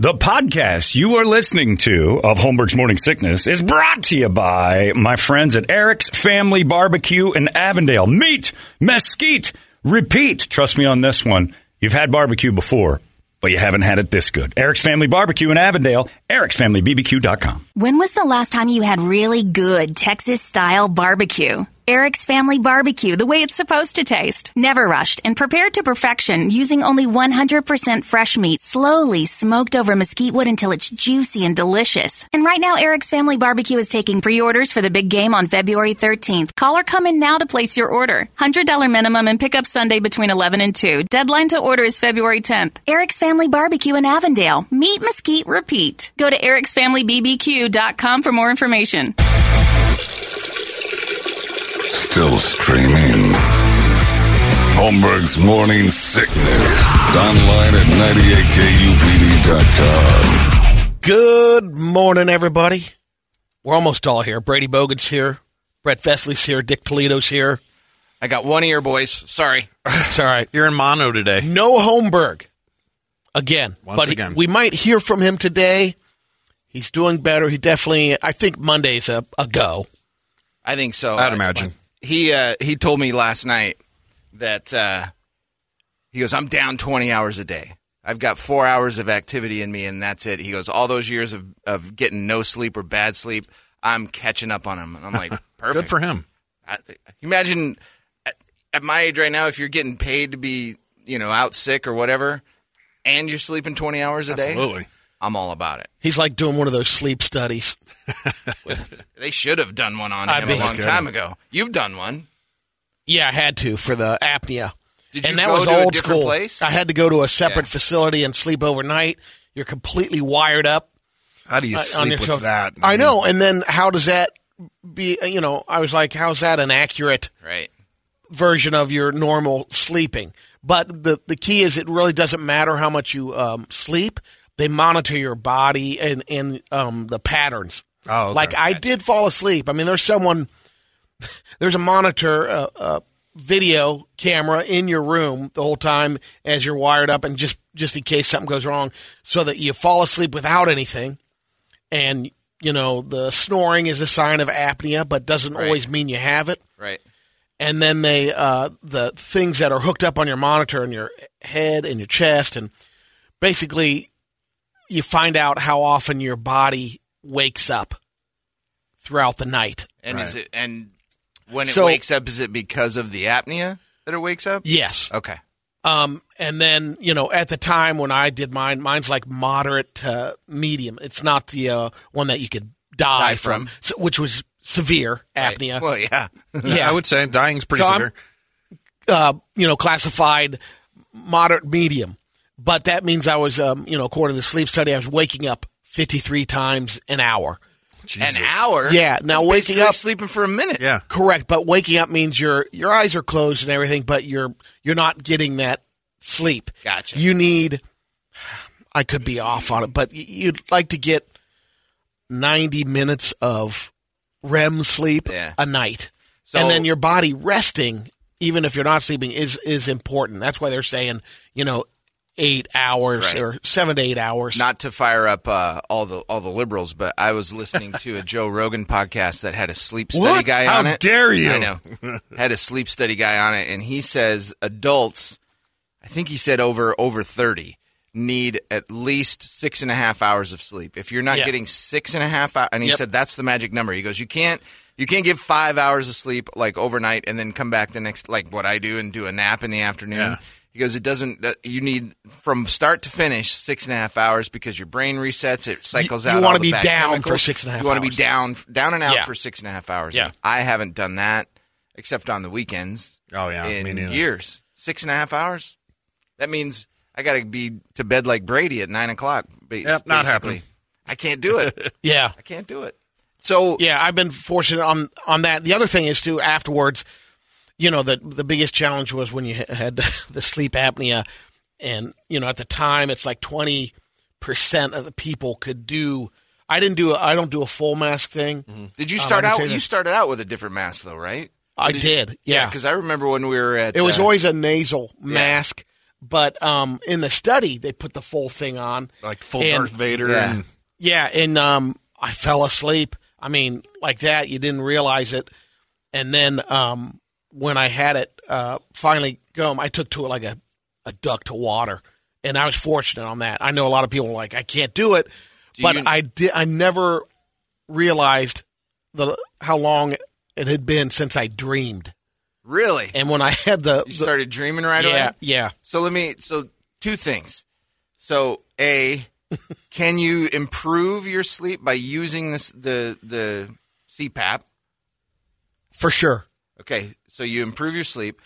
The podcast you are listening to of Holmberg's Morning Sickness is brought to you by my friends at Eric's Family Barbecue in Avondale. Meat, mesquite, repeat. Trust me on this one. You've had barbecue before, but you haven't had it this good. Eric's Family Barbecue in Avondale, ericsfamilybbq.com. When was the last time you had really good Texas style barbecue? Eric's Family Barbecue, the way it's supposed to taste. Never rushed and prepared to perfection using only 100% fresh meat, slowly smoked over mesquite wood until it's juicy and delicious. And right now, Eric's Family Barbecue is taking pre orders for the big game on February 13th. Call or come in now to place your order. $100 minimum and pick up Sunday between 11 and 2. Deadline to order is February 10th. Eric's Family Barbecue in Avondale. Meet, mesquite, repeat. Go to ericsfamilybbq.com for more information. Still streaming. Holmberg's Morning Sickness. Online at 98kupd.com. Good morning, everybody. We're almost all here. Brady Bogan's here. Brett Vesley's here. Dick Toledo's here. I got one ear, boys. Sorry. It's all right. You're in mono today. No Holmberg again. Once but he- again. we might hear from him today. He's doing better. He definitely, I think Monday's a, a go. I think so. I'd I- imagine. He uh, he told me last night that uh, he goes, I'm down 20 hours a day. I've got four hours of activity in me, and that's it. He goes, all those years of, of getting no sleep or bad sleep, I'm catching up on him. And I'm like, perfect. Good for him. I, imagine at, at my age right now, if you're getting paid to be, you know, out sick or whatever, and you're sleeping 20 hours a day, Absolutely. I'm all about it. He's like doing one of those sleep studies. They should have done one on I him mean- a long time ago. You've done one. Yeah, I had to for the apnea. Did you and that go was to a old different school. place? I had to go to a separate Yeah. facility and sleep overnight. You're completely wired up. How do you uh, on sleep your with shoulder. that? I know. And then how does that be? You know, I was like, how's that an accurate Right. version of your normal sleeping? But the the key is it really doesn't matter how much you um, sleep. They monitor your body and and um, the patterns. Oh, okay. like I did fall asleep. I mean, there's someone, there's a monitor, uh, uh, video camera in your room the whole time as you're wired up, and just just in case something goes wrong, so that you fall asleep without anything. And you know, the snoring is a sign of apnea, but doesn't Right. always mean you have it Right. and then they uh, the things that are hooked up on your monitor and your head and your chest and basically you find out how often your body wakes up throughout the night And is it and when it So- wakes up, is it because of the apnea that it wakes up? yes Okay. um, and then you know at the time when i did mine mine's like moderate to medium it's not the uh, one that you could die, Die from, from. so- which was severe apnea Right. Well, yeah. yeah. I would say dying's pretty So I'm- severe. uh, you know, classified moderate medium. But that means I was, um, you know, according to the sleep study, I was waking up 53 times an hour. An hour. Yeah. Now waking Basically up, sleeping for a minute. Yeah. correct. But waking up means your your eyes are closed and everything, but you're you're not getting that sleep. Gotcha. You need. I could be off on it, but y- you'd like to get 90 minutes of REM sleep Yeah. a night So and then your body resting, even if you're not sleeping, is is important. That's why they're saying, you know, eight hours Right. or seven to eight hours. not to fire up uh, all the all the liberals, but I was listening to a Joe Rogan podcast that had a sleep study What? guy How on it. dare you? I know. had a sleep study guy on it, and he says adults. I think he said over over thirty need at least six and a half hours of sleep. If you're not Yeah. getting six and a half hours, and he Yep. said that's the magic number. He goes, you can't. You can't give five hours of sleep like overnight and then come back the next like what I do and do a nap in the afternoon. He goes, it doesn't. that- You need from start to finish six and a half hours because your brain resets. It cycles you out. wanna want to be down for six and a half You want to be hours. down, down and out Yeah. for six and a half hours. Yeah. And I haven't done that except on the weekends. Oh, yeah, me in neither. years, six and a half hours. That means I got to be to bed like Brady at nine o'clock. ba- Yep, not basically. happening. I can't do it. Yeah. I can't do it. So Yeah, I've been fortunate on on that. The other thing is too afterwards, you know, the the biggest challenge was when you ha- had the sleep apnea, and you know at the time it's like twenty percent of the people could do. I didn't do. A, I don't do a full mask thing. did you Um, start I can out? tell you You this. started out with a different mask though, right? I Did you- did. yeah, because I remember when we were at it was uh, always a nasal mask, but um, in the study they put the full thing on, Like full And- Darth Vader. Yeah. And, Yeah, and um, I fell asleep. I mean, like that, you didn't realize it. And then um, when I had it uh, finally go, I took to it like a, a duck to water, and I was fortunate on that. I know a lot of people are like I can't do it, but you- I did. I never realized the how long it had been since I dreamed. really. And when I had the, the- You started dreaming right yeah, away. yeah, So let me. So two things. So a, can you improve your sleep by using this the the CPAP? for sure. Okay, so you improve your sleep.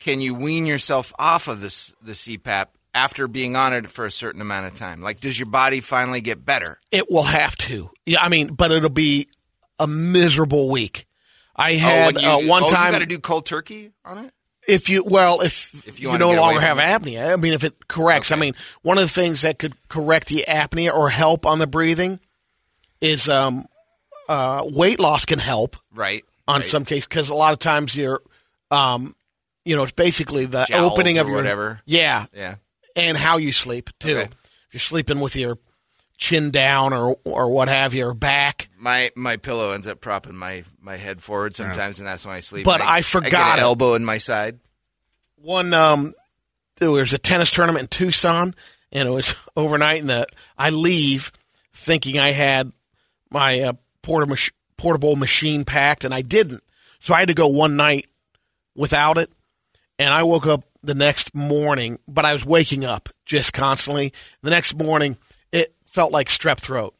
Can you wean yourself off of this the CPAP after being on it for a certain amount of time? Like, does your body finally get better? It will have to. Yeah, I mean, but it'll be a miserable week. I had when you, uh, one oh, time you got to do cold turkey on it. if you well if, If you you, wanna no get away longer have from apnea. I mean, if it corrects. I mean, one of the things that could correct the apnea or help on the breathing is um, uh, weight loss can help Right. on right. some cases because a lot of times you're, um, you know, it's basically the Jowls opening of or your whatever. Yeah, Yeah. and how you sleep too. Okay. If you're sleeping with your chin down or or what have you, or back. My my pillow ends up propping my, my head forward sometimes, and that's when I sleep. But And I I forgot get an it. elbow in my side. one um there was a tennis tournament in Tucson and it was overnight and the I leave thinking I had my uh, porta- mach- portable machine packed and I didn't. So I had to go one night without it and I woke up the next morning but I was waking up just constantly. The next morning it felt like strep throat.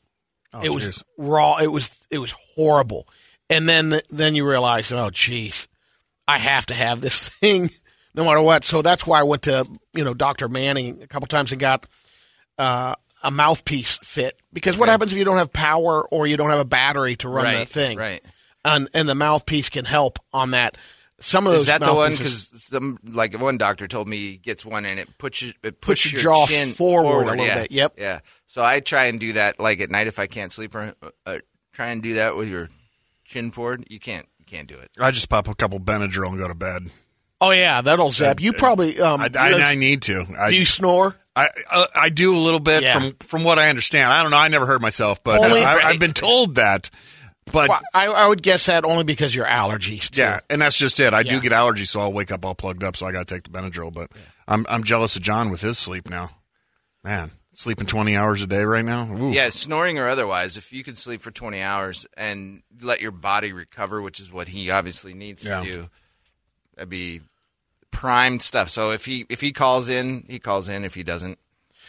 Oh, it was jeez. raw. It was it was horrible. And then then you realize, oh jeez. I have to have this thing no matter what. So that's why I went to, you know, Dr. Manning a couple times and got uh, a mouthpiece fit. Because what happens if you don't have power or you don't have a battery to run Right, that thing? right. And, and the mouthpiece can help on that. Some of those Is that the one? mouthpieces- Because some like one doctor told me he gets one and it puts you, it puts your jaw chin forward a little yeah, bit, yep. Yeah. So I try and do that like at night if I can't sleep or uh, uh, try and do that with your chin forward. You can't you can't do it. I just pop a couple Benadryl and go to bed. Oh yeah, that'll zap. You probably um I, you know, I, I need to. I, do you snore? I, I I do a little bit Yeah. from from what I understand. I don't know. I never heard myself, but Only- I, I've been told that. But Well, I, I would guess that only because your allergies. Too. yeah, and that's just it. I Yeah. do get allergies, so I'll wake up all plugged up. So I got to take the Benadryl. But I'm I'm jealous of John with his sleep now. Man, sleeping 20 hours a day right now. Ooh. Yeah, snoring or otherwise. If you can sleep for twenty hours and let your body recover, which is what he obviously needs Yeah. to do, that'd be primed stuff. So if he if he calls in, he calls in. If he doesn't,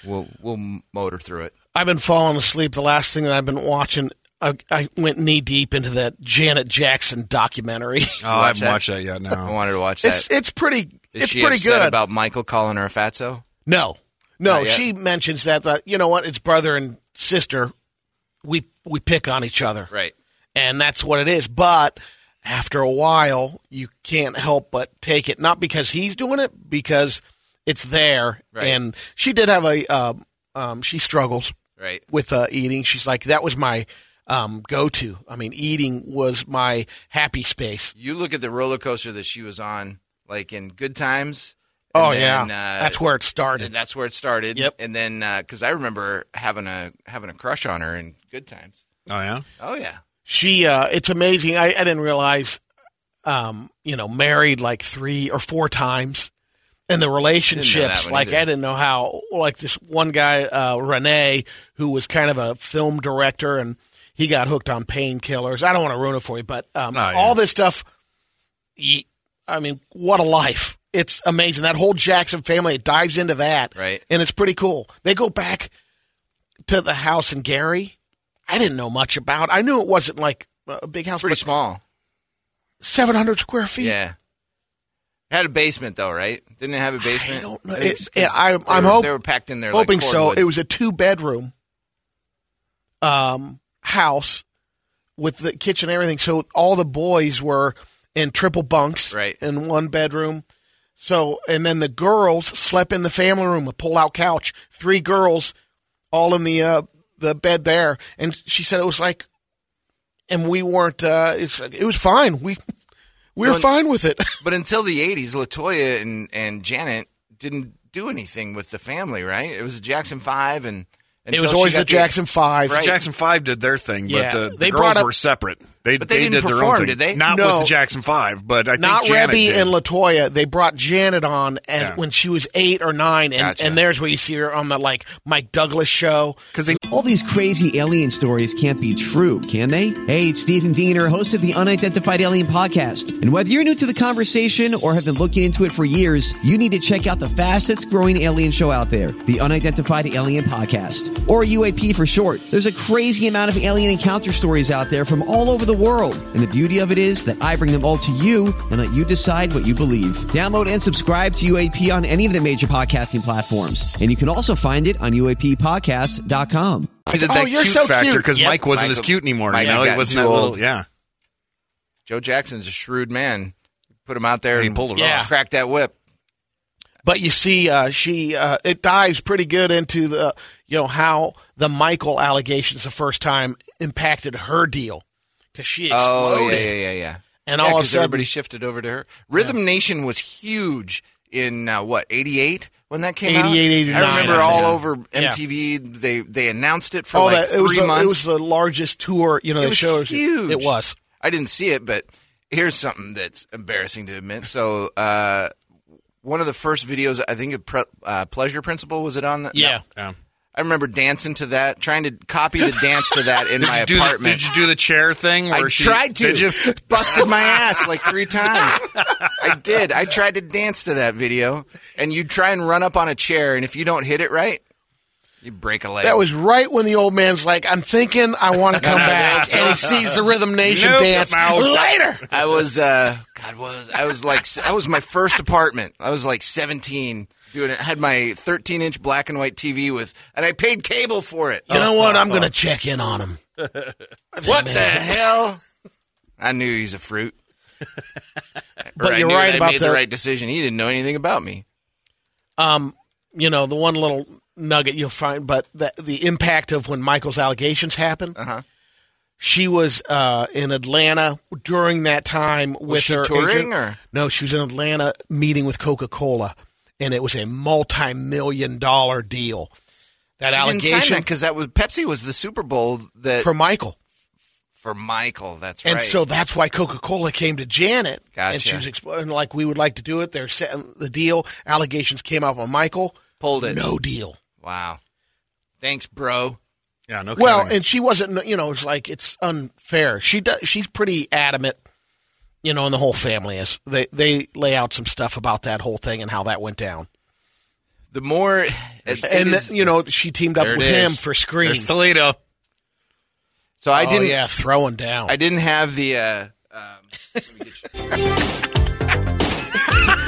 we'll we'll motor through it. I've been falling asleep. The last thing that I've been watching, I, I went knee deep into that Janet Jackson documentary. Oh, I watch haven't that? watched that yet. I No. wanted to watch that. It's it's pretty Is it's she pretty upset good. about Michael calling her a fatso? no, no, Not yet. she mentions that, that you know what? It's brother and sister. We we pick on each other, Right. and that's what it is. But after a while, you can't help but take it. Not because he's doing it, because it's there. Right. And she did have a um, um, she struggles Right. with uh, eating. She's like that was my um, go to. I mean, eating was my happy space. You look at the roller coaster that she was on, like in Good Times. and Oh yeah, then, uh, that's where it started. and that's where it started. Yep. And then because I remember having a having a crush on her in Good Times. Oh yeah. Oh yeah. she uh it's amazing i, I didn't realize um you know married like three or four times and the relationships. that one like either. I didn't know how. Like this one guy, uh, Renee, who was kind of a film director, and he got hooked on painkillers. I don't want to ruin it for you, but um, yeah. all this stuff. ye- I mean, what a life! It's amazing. That whole Jackson family it dives into that, Right. And it's pretty cool. They go back to the house in Gary. I didn't know much about. I knew it wasn't like a big house, Pretty but small. seven hundred square feet. Yeah. It had a basement though, right? Didn't it have a basement? don't know. think it's It- 'cause yeah, I- they I'm were- hope- they were packed in there. hoping like so. cordwood. It was a two bedroom um, house with the kitchen and everything. So all the boys were in triple bunks Right. in one bedroom. So and then the girls slept in the family room, a pull out couch. Three girls, all in the uh, the bed there, and she said it was like, and we weren't. Uh, it's it was fine. We we were So- fine with it. But until the '80s, Latoya and and Janet didn't do anything with the family, right? It was Jackson Five, and It until was she always got the Jackson Five. Right. Jackson Five did their thing, Yeah, but the, the they brought girls up- were separate. They, But they didn't did their perform, own thing. did they? Not No. with the Jackson Five, but I not think Janet Rebby did. and Latoya. They brought Janet on and Yeah. when she was eight or nine, and, Gotcha. and there's where you see her on the like Mike Douglas show. because they All these crazy alien stories can't be true, can they? Hey, it's Stephen Diener, host of the Unidentified Alien Podcast. And whether you're new to the conversation or have been looking into it for years, you need to check out the fastest growing alien show out there, the Unidentified Alien Podcast, or UAP for short. There's a crazy amount of alien encounter stories out there from all over the world. And the beauty of it is that I bring them all to you and let you decide what you believe. Download and subscribe to UAP on any of the major podcasting platforms. And you can also find it on UAPpodcast.com. they did Oh, that you're cute so factor cute. because Yep. Mike wasn't as Michael- cute anymore. Mike you know, had he gotten wasn't too that little. old. Yeah, Joe Jackson's a shrewd man. Put him out there He and pulled it Yeah. off. Cracked that whip. But you see, uh, she uh, it dives pretty good into the you know how the Michael allegations the first time impacted her deal because she exploded. Oh yeah, yeah, yeah, yeah. And Yeah, all of a 'cause sudden- everybody shifted over to her. Rhythm Nation was huge in uh, what '88 when that came out. 88, 89, I remember I think. all over Yeah. MTV. They they announced it for Oh, like that three it was the, months. it was the largest tour you know It the was show huge. it was I didn't see it, but here's something that's embarrassing to admit. So, uh, one of the first videos, I think, of Pre- uh, Pleasure Principle was it on? The, yeah No. I remember dancing to that, trying to copy the dance to that in my did you, do the, apartment. did you do the chair thing? Where I she, tried to. Did you? Busted my ass like three times. I did. I tried to dance to that video, and you try and run up on a chair, and if you don't hit it right, you break a leg. that was right when the old man's like I'm thinking I want to come back and he sees the Rhythm Nation Nope, dance I'm out. later. I was uh God was I was like I was my first apartment. I was like 17 doing it. I had my 13 inch black and white TV with and I paid cable for it. You know what? I'm going to check in on him. Oh, what the hell? I knew he's a fruit. But Or I you're knew right I about made the- the right decision. He didn't know anything about me. Um, you know, the one little nugget you'll find, but the, the impact of when Michael's allegations happened. Uh-huh. She was uh, in Atlanta during that time with she her touring, agent. or- No, she was in Atlanta meeting with Coca Cola, and it was a multi-million dollar deal. That allegation because that was Pepsi was the Super Bowl that for Michael. for Michael. That's And right. so that's why Coca Cola came to Janet. And she Gotcha. was explaining, like, we would like to do it. They're setting the deal. Allegations came out on Michael. pulled it. No deal. Wow. Thanks, bro. Yeah, no. Well, kidding. and she wasn't, you know, it's like it's unfair. She does, she's pretty adamant, you know, and the whole family is. They they lay out some stuff about that whole thing and how that went down. The more it- it and is- then, you know, she teamed up There it with him is. for Scream. There's Toledo. so I oh, didn't yeah, throwing down. I didn't have the uh um,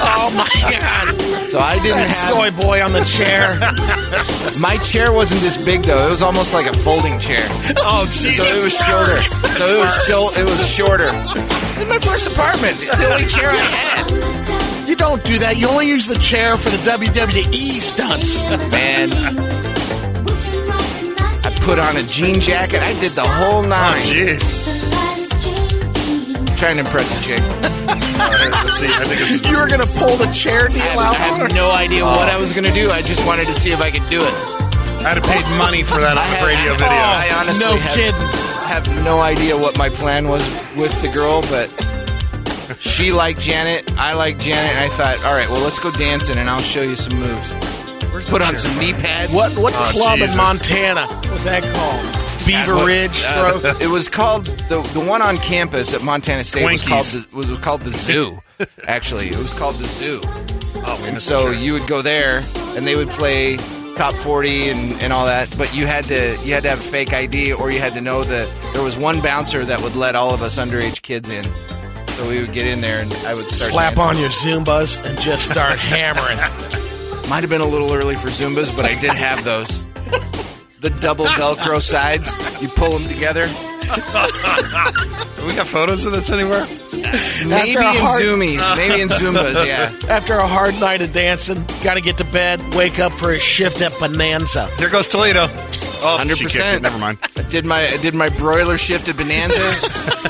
oh my god. so I didn't That have soy boy on the chair. My chair wasn't this big though. It was almost like a folding chair. Oh, Jesus. So it was shorter. So it was short. It was shorter. In my first apartment, the only chair I had. you don't do that. You only use the chair for the WWE stunts. Man, I put on a jean jacket. I did the whole nine. Oh, Jeez. Trying to impress a chick. All right, let's see. I think it's you were going to pull the chair deal I have, out I on her? have no idea what I was gonna do. I just wanted to see if I could do it. I'd have paid money for that I on had- a radio I- video. I honestly No have, kidding. have no idea what my plan was with the girl, but she liked Janet. I liked Janet. And I thought, all right, well, let's go dancing and I'll show you some moves. Put on some knee pads. What what Oh, club Jesus. in Montana was that called? Beaver What- Ridge. uh, Throat? it was called the the one on campus at Montana State was Twinkies. called the, was, was called the Zoo. Actually, it was called the Zoo. Oh, we And missed so the shirt. you would go there, and they would play top forty and, and all that. But you had to you had to have a fake ID, or you had to know that there was one bouncer that would let all of us underage kids in. So we would get in there, and I would start Slap on dancing. your Zumbas and just start hammering. Might have been a little early for Zumbas, but I did have those. The double Velcro sides, you pull them together. we got photos of this anywhere? Maybe a in hard- Zoomies, maybe in Zumbas, yeah. After a hard night of dancing, got to get to bed. Wake up for a shift at Bonanza. Here goes Toledo. Oh, she kicked it. 100%. Never mind. I did my I did my broiler shift at Bonanza,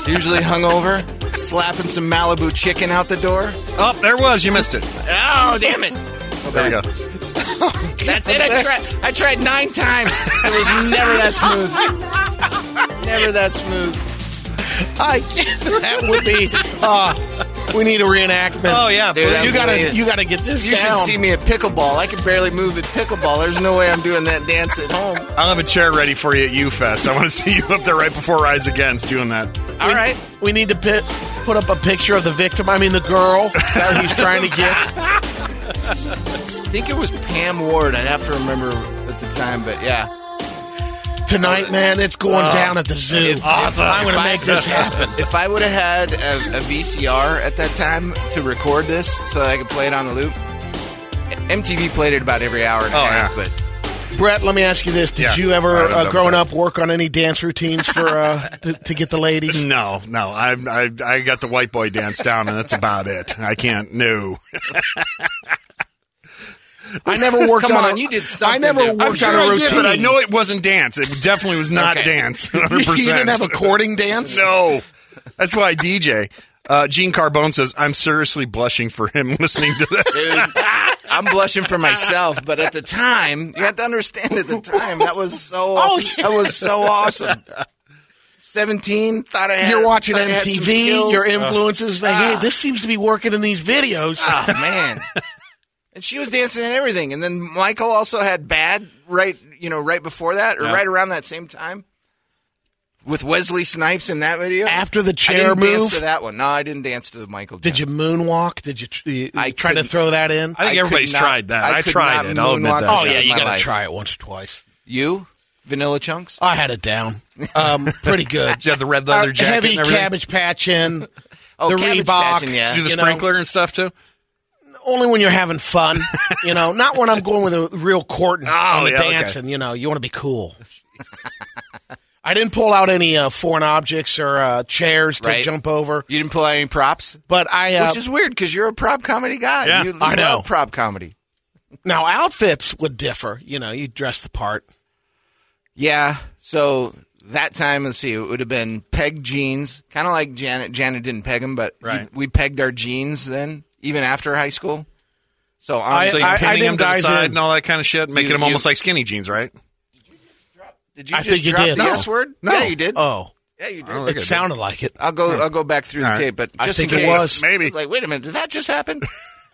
usually hungover, slapping some Malibu chicken out the door. Oh, there was. You missed it. Oh damn it! There we go. That's it. I tried. I tried nine times. It was never that smooth. Never that smooth. I can't- that would be. Uh, we need a reenactment. Oh, yeah, Dude, you gotta absolutely. you gotta get this You should down. see me at pickleball. I can barely move at pickleball. There's no way I'm doing that dance at home. I'll have a chair ready for you at U Fest. I want to see you up there right before Rise Against doing that. All right. we need to pit, put up a picture of the victim. I mean, the girl that he's trying to get. I think it was Pam Ward. I'd have to remember at the time, but yeah. Tonight, man, it's going down at the zoo. awesome. I'm going Oh, If to I- make this happen. If I would have had a, a VCR at that time to record this so that I could play it on the loop, MTV played it about every hour and a Oh, half. yeah. But Brett, let me ask you this: Did Yeah, you I ever, would've uh, done growing that. up, work on any dance routines for uh, to, to get the ladies? No, no. I, I I got the white boy dance down, and that's about it. I can't. No. I never worked Come on. on, a- you did something I never to- I'm worked on sure a I routine. did, but I know it wasn't dance. It definitely was not Okay. dance. 100%. you didn't have a courting dance. No. That's why I DJ. Uh, Gene Carbone says, I'm seriously blushing for him listening to this. I'm blushing for myself. But at the time, you have to understand at the time, that was so Oh, yeah. that was so awesome. 17, thought I had You're watching thought I had some MTV. skills. Uh. Ah. Your influences. like, hey, this seems to be working in these videos. Oh man. And she was dancing and everything. And then Michael also had bad right, you know, right before that or right around that same time with Wesley Snipes in that video. After the I chair didn't dance to move, that one. No, I didn't dance to the Michael. did you moonwalk? Did you, tr- you I try to couldn't- throw that in? I think could everybody's not- tried that. I could tried not it. I'll admit moonwalk that. the oh sound yeah, of you my got life. to try it once or twice. You, Vanilla Chunks. I had it down, um, pretty good. Did you have the red leather Uh, jacket heavy and everything? cabbage patch in. Oh, the Cabbage Reebok. Patch, yeah. Did you do the you know- sprinkler and stuff too? Only when you're having fun, you know. Not when I'm going with a real court Oh, and on the yeah, okay. dancing. You know, you want to be cool. I didn't pull out any uh, foreign objects or uh, chairs to Right. jump over, You didn't pull out any props, but I uh, which is weird because you're a prop comedy guy. Yeah. you, you I know. love prop comedy. now outfits would differ. You know, you dress the part. Yeah. So that time, let's see, it would have been peg jeans, kind of like Janet. Janet didn't peg them, but you- Right. we pegged our jeans then, even after high school. So um, I- on, So you're I- pinning I them didn't to the dive side in. and all that kind of shit, making You- them almost you- like skinny jeans, right? did you I just think you drop did. the No. S word? No. Yeah, you did. Oh, yeah, you Oh, did. okay, it dude. sounded like it. I'll go. I'll go back through All the right. tape, but I just think in it case, was. Maybe. I was like, wait a minute, did that just happen?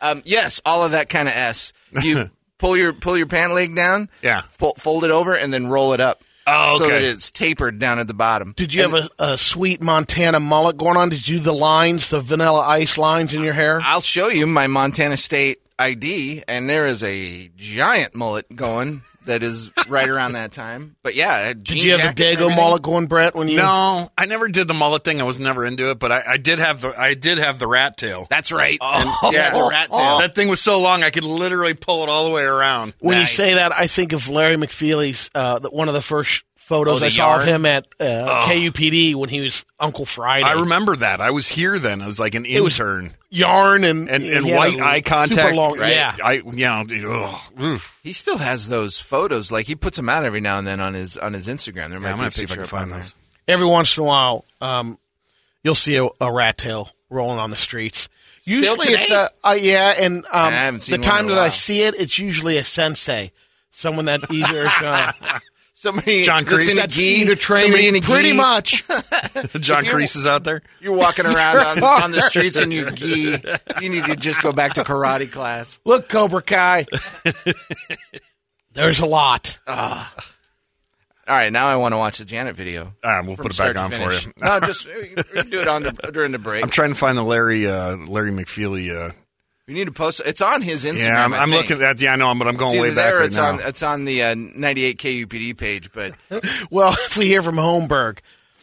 um, yes, all of that kind of s. You pull your pull your pant leg down, Yeah. fo- fold it over, and then roll it up. Oh, so okay. that it's tapered down at the bottom. Did you have a, a sweet Montana mullet going on? Did you do the lines, the vanilla ice lines in your hair? I'll show you my Montana State ID, and there is a giant mullet going that is right around that time. But yeah, I had Did jean you have jacket the and Dago everything. mullet going, Brett? When you No, I never did the mullet thing. I was never into it, but I, I did have the I did have the rat tail. That's right. And- Oh, yeah, the rat tail. Oh. That thing was so long I could literally pull it all the way around. When Nice. you say that, I think of Larry McFeely's, uh, the, one of the first photos Oh, I the Oh. saw of yard? him at uh, KUPD when he was Uncle Friday. I remember that. I was here then. I was like an was- intern. yarn and and, he and had a white eye super contact. long- right? Yeah, I you know, dude, ugh, oof. He still has those photos. Like he puts them out every now and then on his on his Instagram. There might I'm be a gonna see if I picture can up on find there. those. every once in a while, um, you'll see a, a rat tail rolling on the streets. Usually, today? it's a uh, yeah, and um, haven't seen the one in time a that I while. see it, it's usually a sensei, someone that either is, uh, Somebody John that's Kreese? in a That's gi, Either somebody in a training, pretty gi. much. John you're- Creese is out there. You're walking around on, on the streets in your gi. You need to just go back to karate class. Look, Cobra Kai. There's a lot. All right, now I want to watch the Janet video. All right, Ah, we'll from put it back start to on for finish. you. No, just we can do it on the, during the break. I'm trying to find the Larry uh, Larry McFeely. Uh, we need to post. It's on his Instagram. yeah, I'm, I I'm think. looking at. Yeah, I know, I'm- but I'm It's going either way back there. Or right it's now. on. It's on the uh, 98 KUPD page. But Well, if we hear from Holmberg,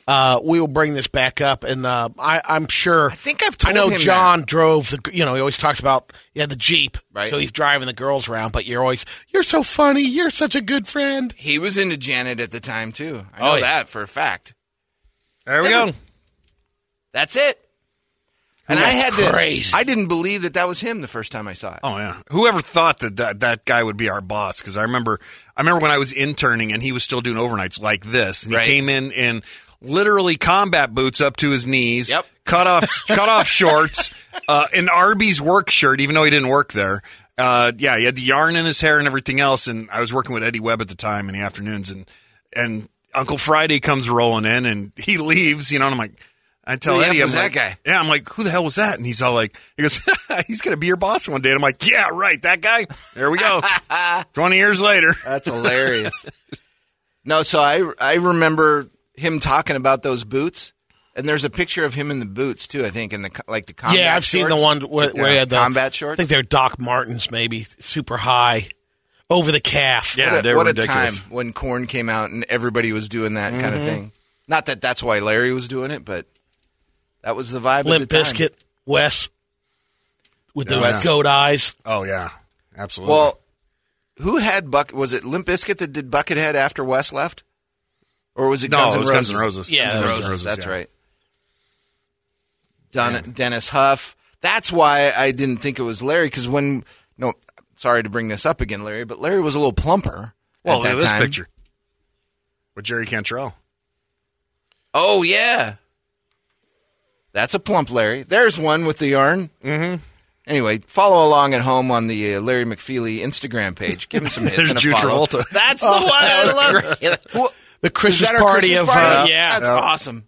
uh, we will bring this back up, and uh, I, I'm sure. I think I've told I know him John drove the. You know, he always talks about yeah the jeep, Right. So he's driving the girls around, but you're always you're so funny, you're such a good friend. he was into Janet at the time too. I know Oh, yeah. that for a fact. there we go. That's it. And I had That's to. crazy. I didn't believe that that was him the first time I saw it. Oh yeah. Whoever thought that that, that guy would be our boss? Because I remember, I remember when I was interning and he was still doing overnights like this. And Right. He came in in literally combat boots up to his knees. Yep. Cut off, cut off shorts, uh, an Arby's work shirt, even though he didn't work there. Uh, yeah, he had the yarn in his hair and everything else. And I was working with Eddie Webb at the time in the afternoons, and and Uncle Friday comes rolling in and he leaves. You know, and I'm like. I tell Who the Eddie, F I'm was like, that guy? yeah, I'm like, who the hell was that? And he's all like, he goes, he's gonna be your boss one day. And I'm like, yeah, right, that guy. There we go. Twenty years later, That's hilarious. no, so I I remember him talking about those boots, and there's a picture of him in the boots too. I think in the co- like the combat yeah, I've seen the shorts. one where, where he Yeah, had the combat I shorts. think they're Doc Martens, maybe super high, over the calf. Yeah. what a, they were what a time ridiculous. when corn came out and everybody was doing that kind Mm-hmm. of thing. Not that that's why Larry was doing it, but that was the vibe. at Limp the time. Biscuit, Wes, with those Wes. goat eyes. oh yeah, absolutely. Well, who had Buck? Was it Limp Biscuit that did Buckethead after Wes left, or was it no, Guns it N' was Guns N' Roses. Yeah, Guns Guns N' N' Roses, that's yeah. right. Don, Dennis Huff. That's why I didn't think it was Larry because when no, sorry to bring this up again, Larry, but Larry was a little plumper. Well, at look that at this time. picture with Jerry Cantrell. Oh yeah, that's a plump Larry. There's one with the yarn. Mm-hmm. Anyway, follow along at home on the uh, Larry McFeely Instagram page. Give him some hits There's and a Jude follow. Travolta. That's Oh, the one I love. Well, The is Christmas that our party Christmas of uh, party? yeah, that's awesome.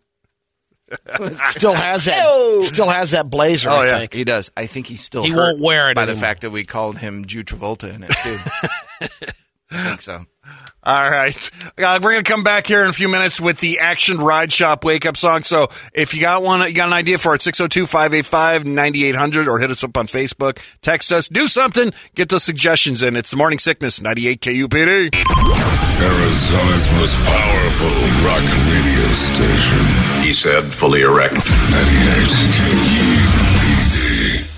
still has that Ew. still has that blazer. Oh, I yeah. think He does. I think he's still He hurt won't wear it by the anymore. fact that we called him Jew Travolta in it too. I think so. All right. Uh, we're going to come back here in a few minutes with the Action Ride Shop wake up song. So if you got one, you got an idea for it, 602 585 9800 or hit us up on Facebook. Text us, do something, get those suggestions in. It's the Morning Sickness, 98 KUPD. Arizona's most powerful rock radio station. He said, fully erect. 98 KUPD.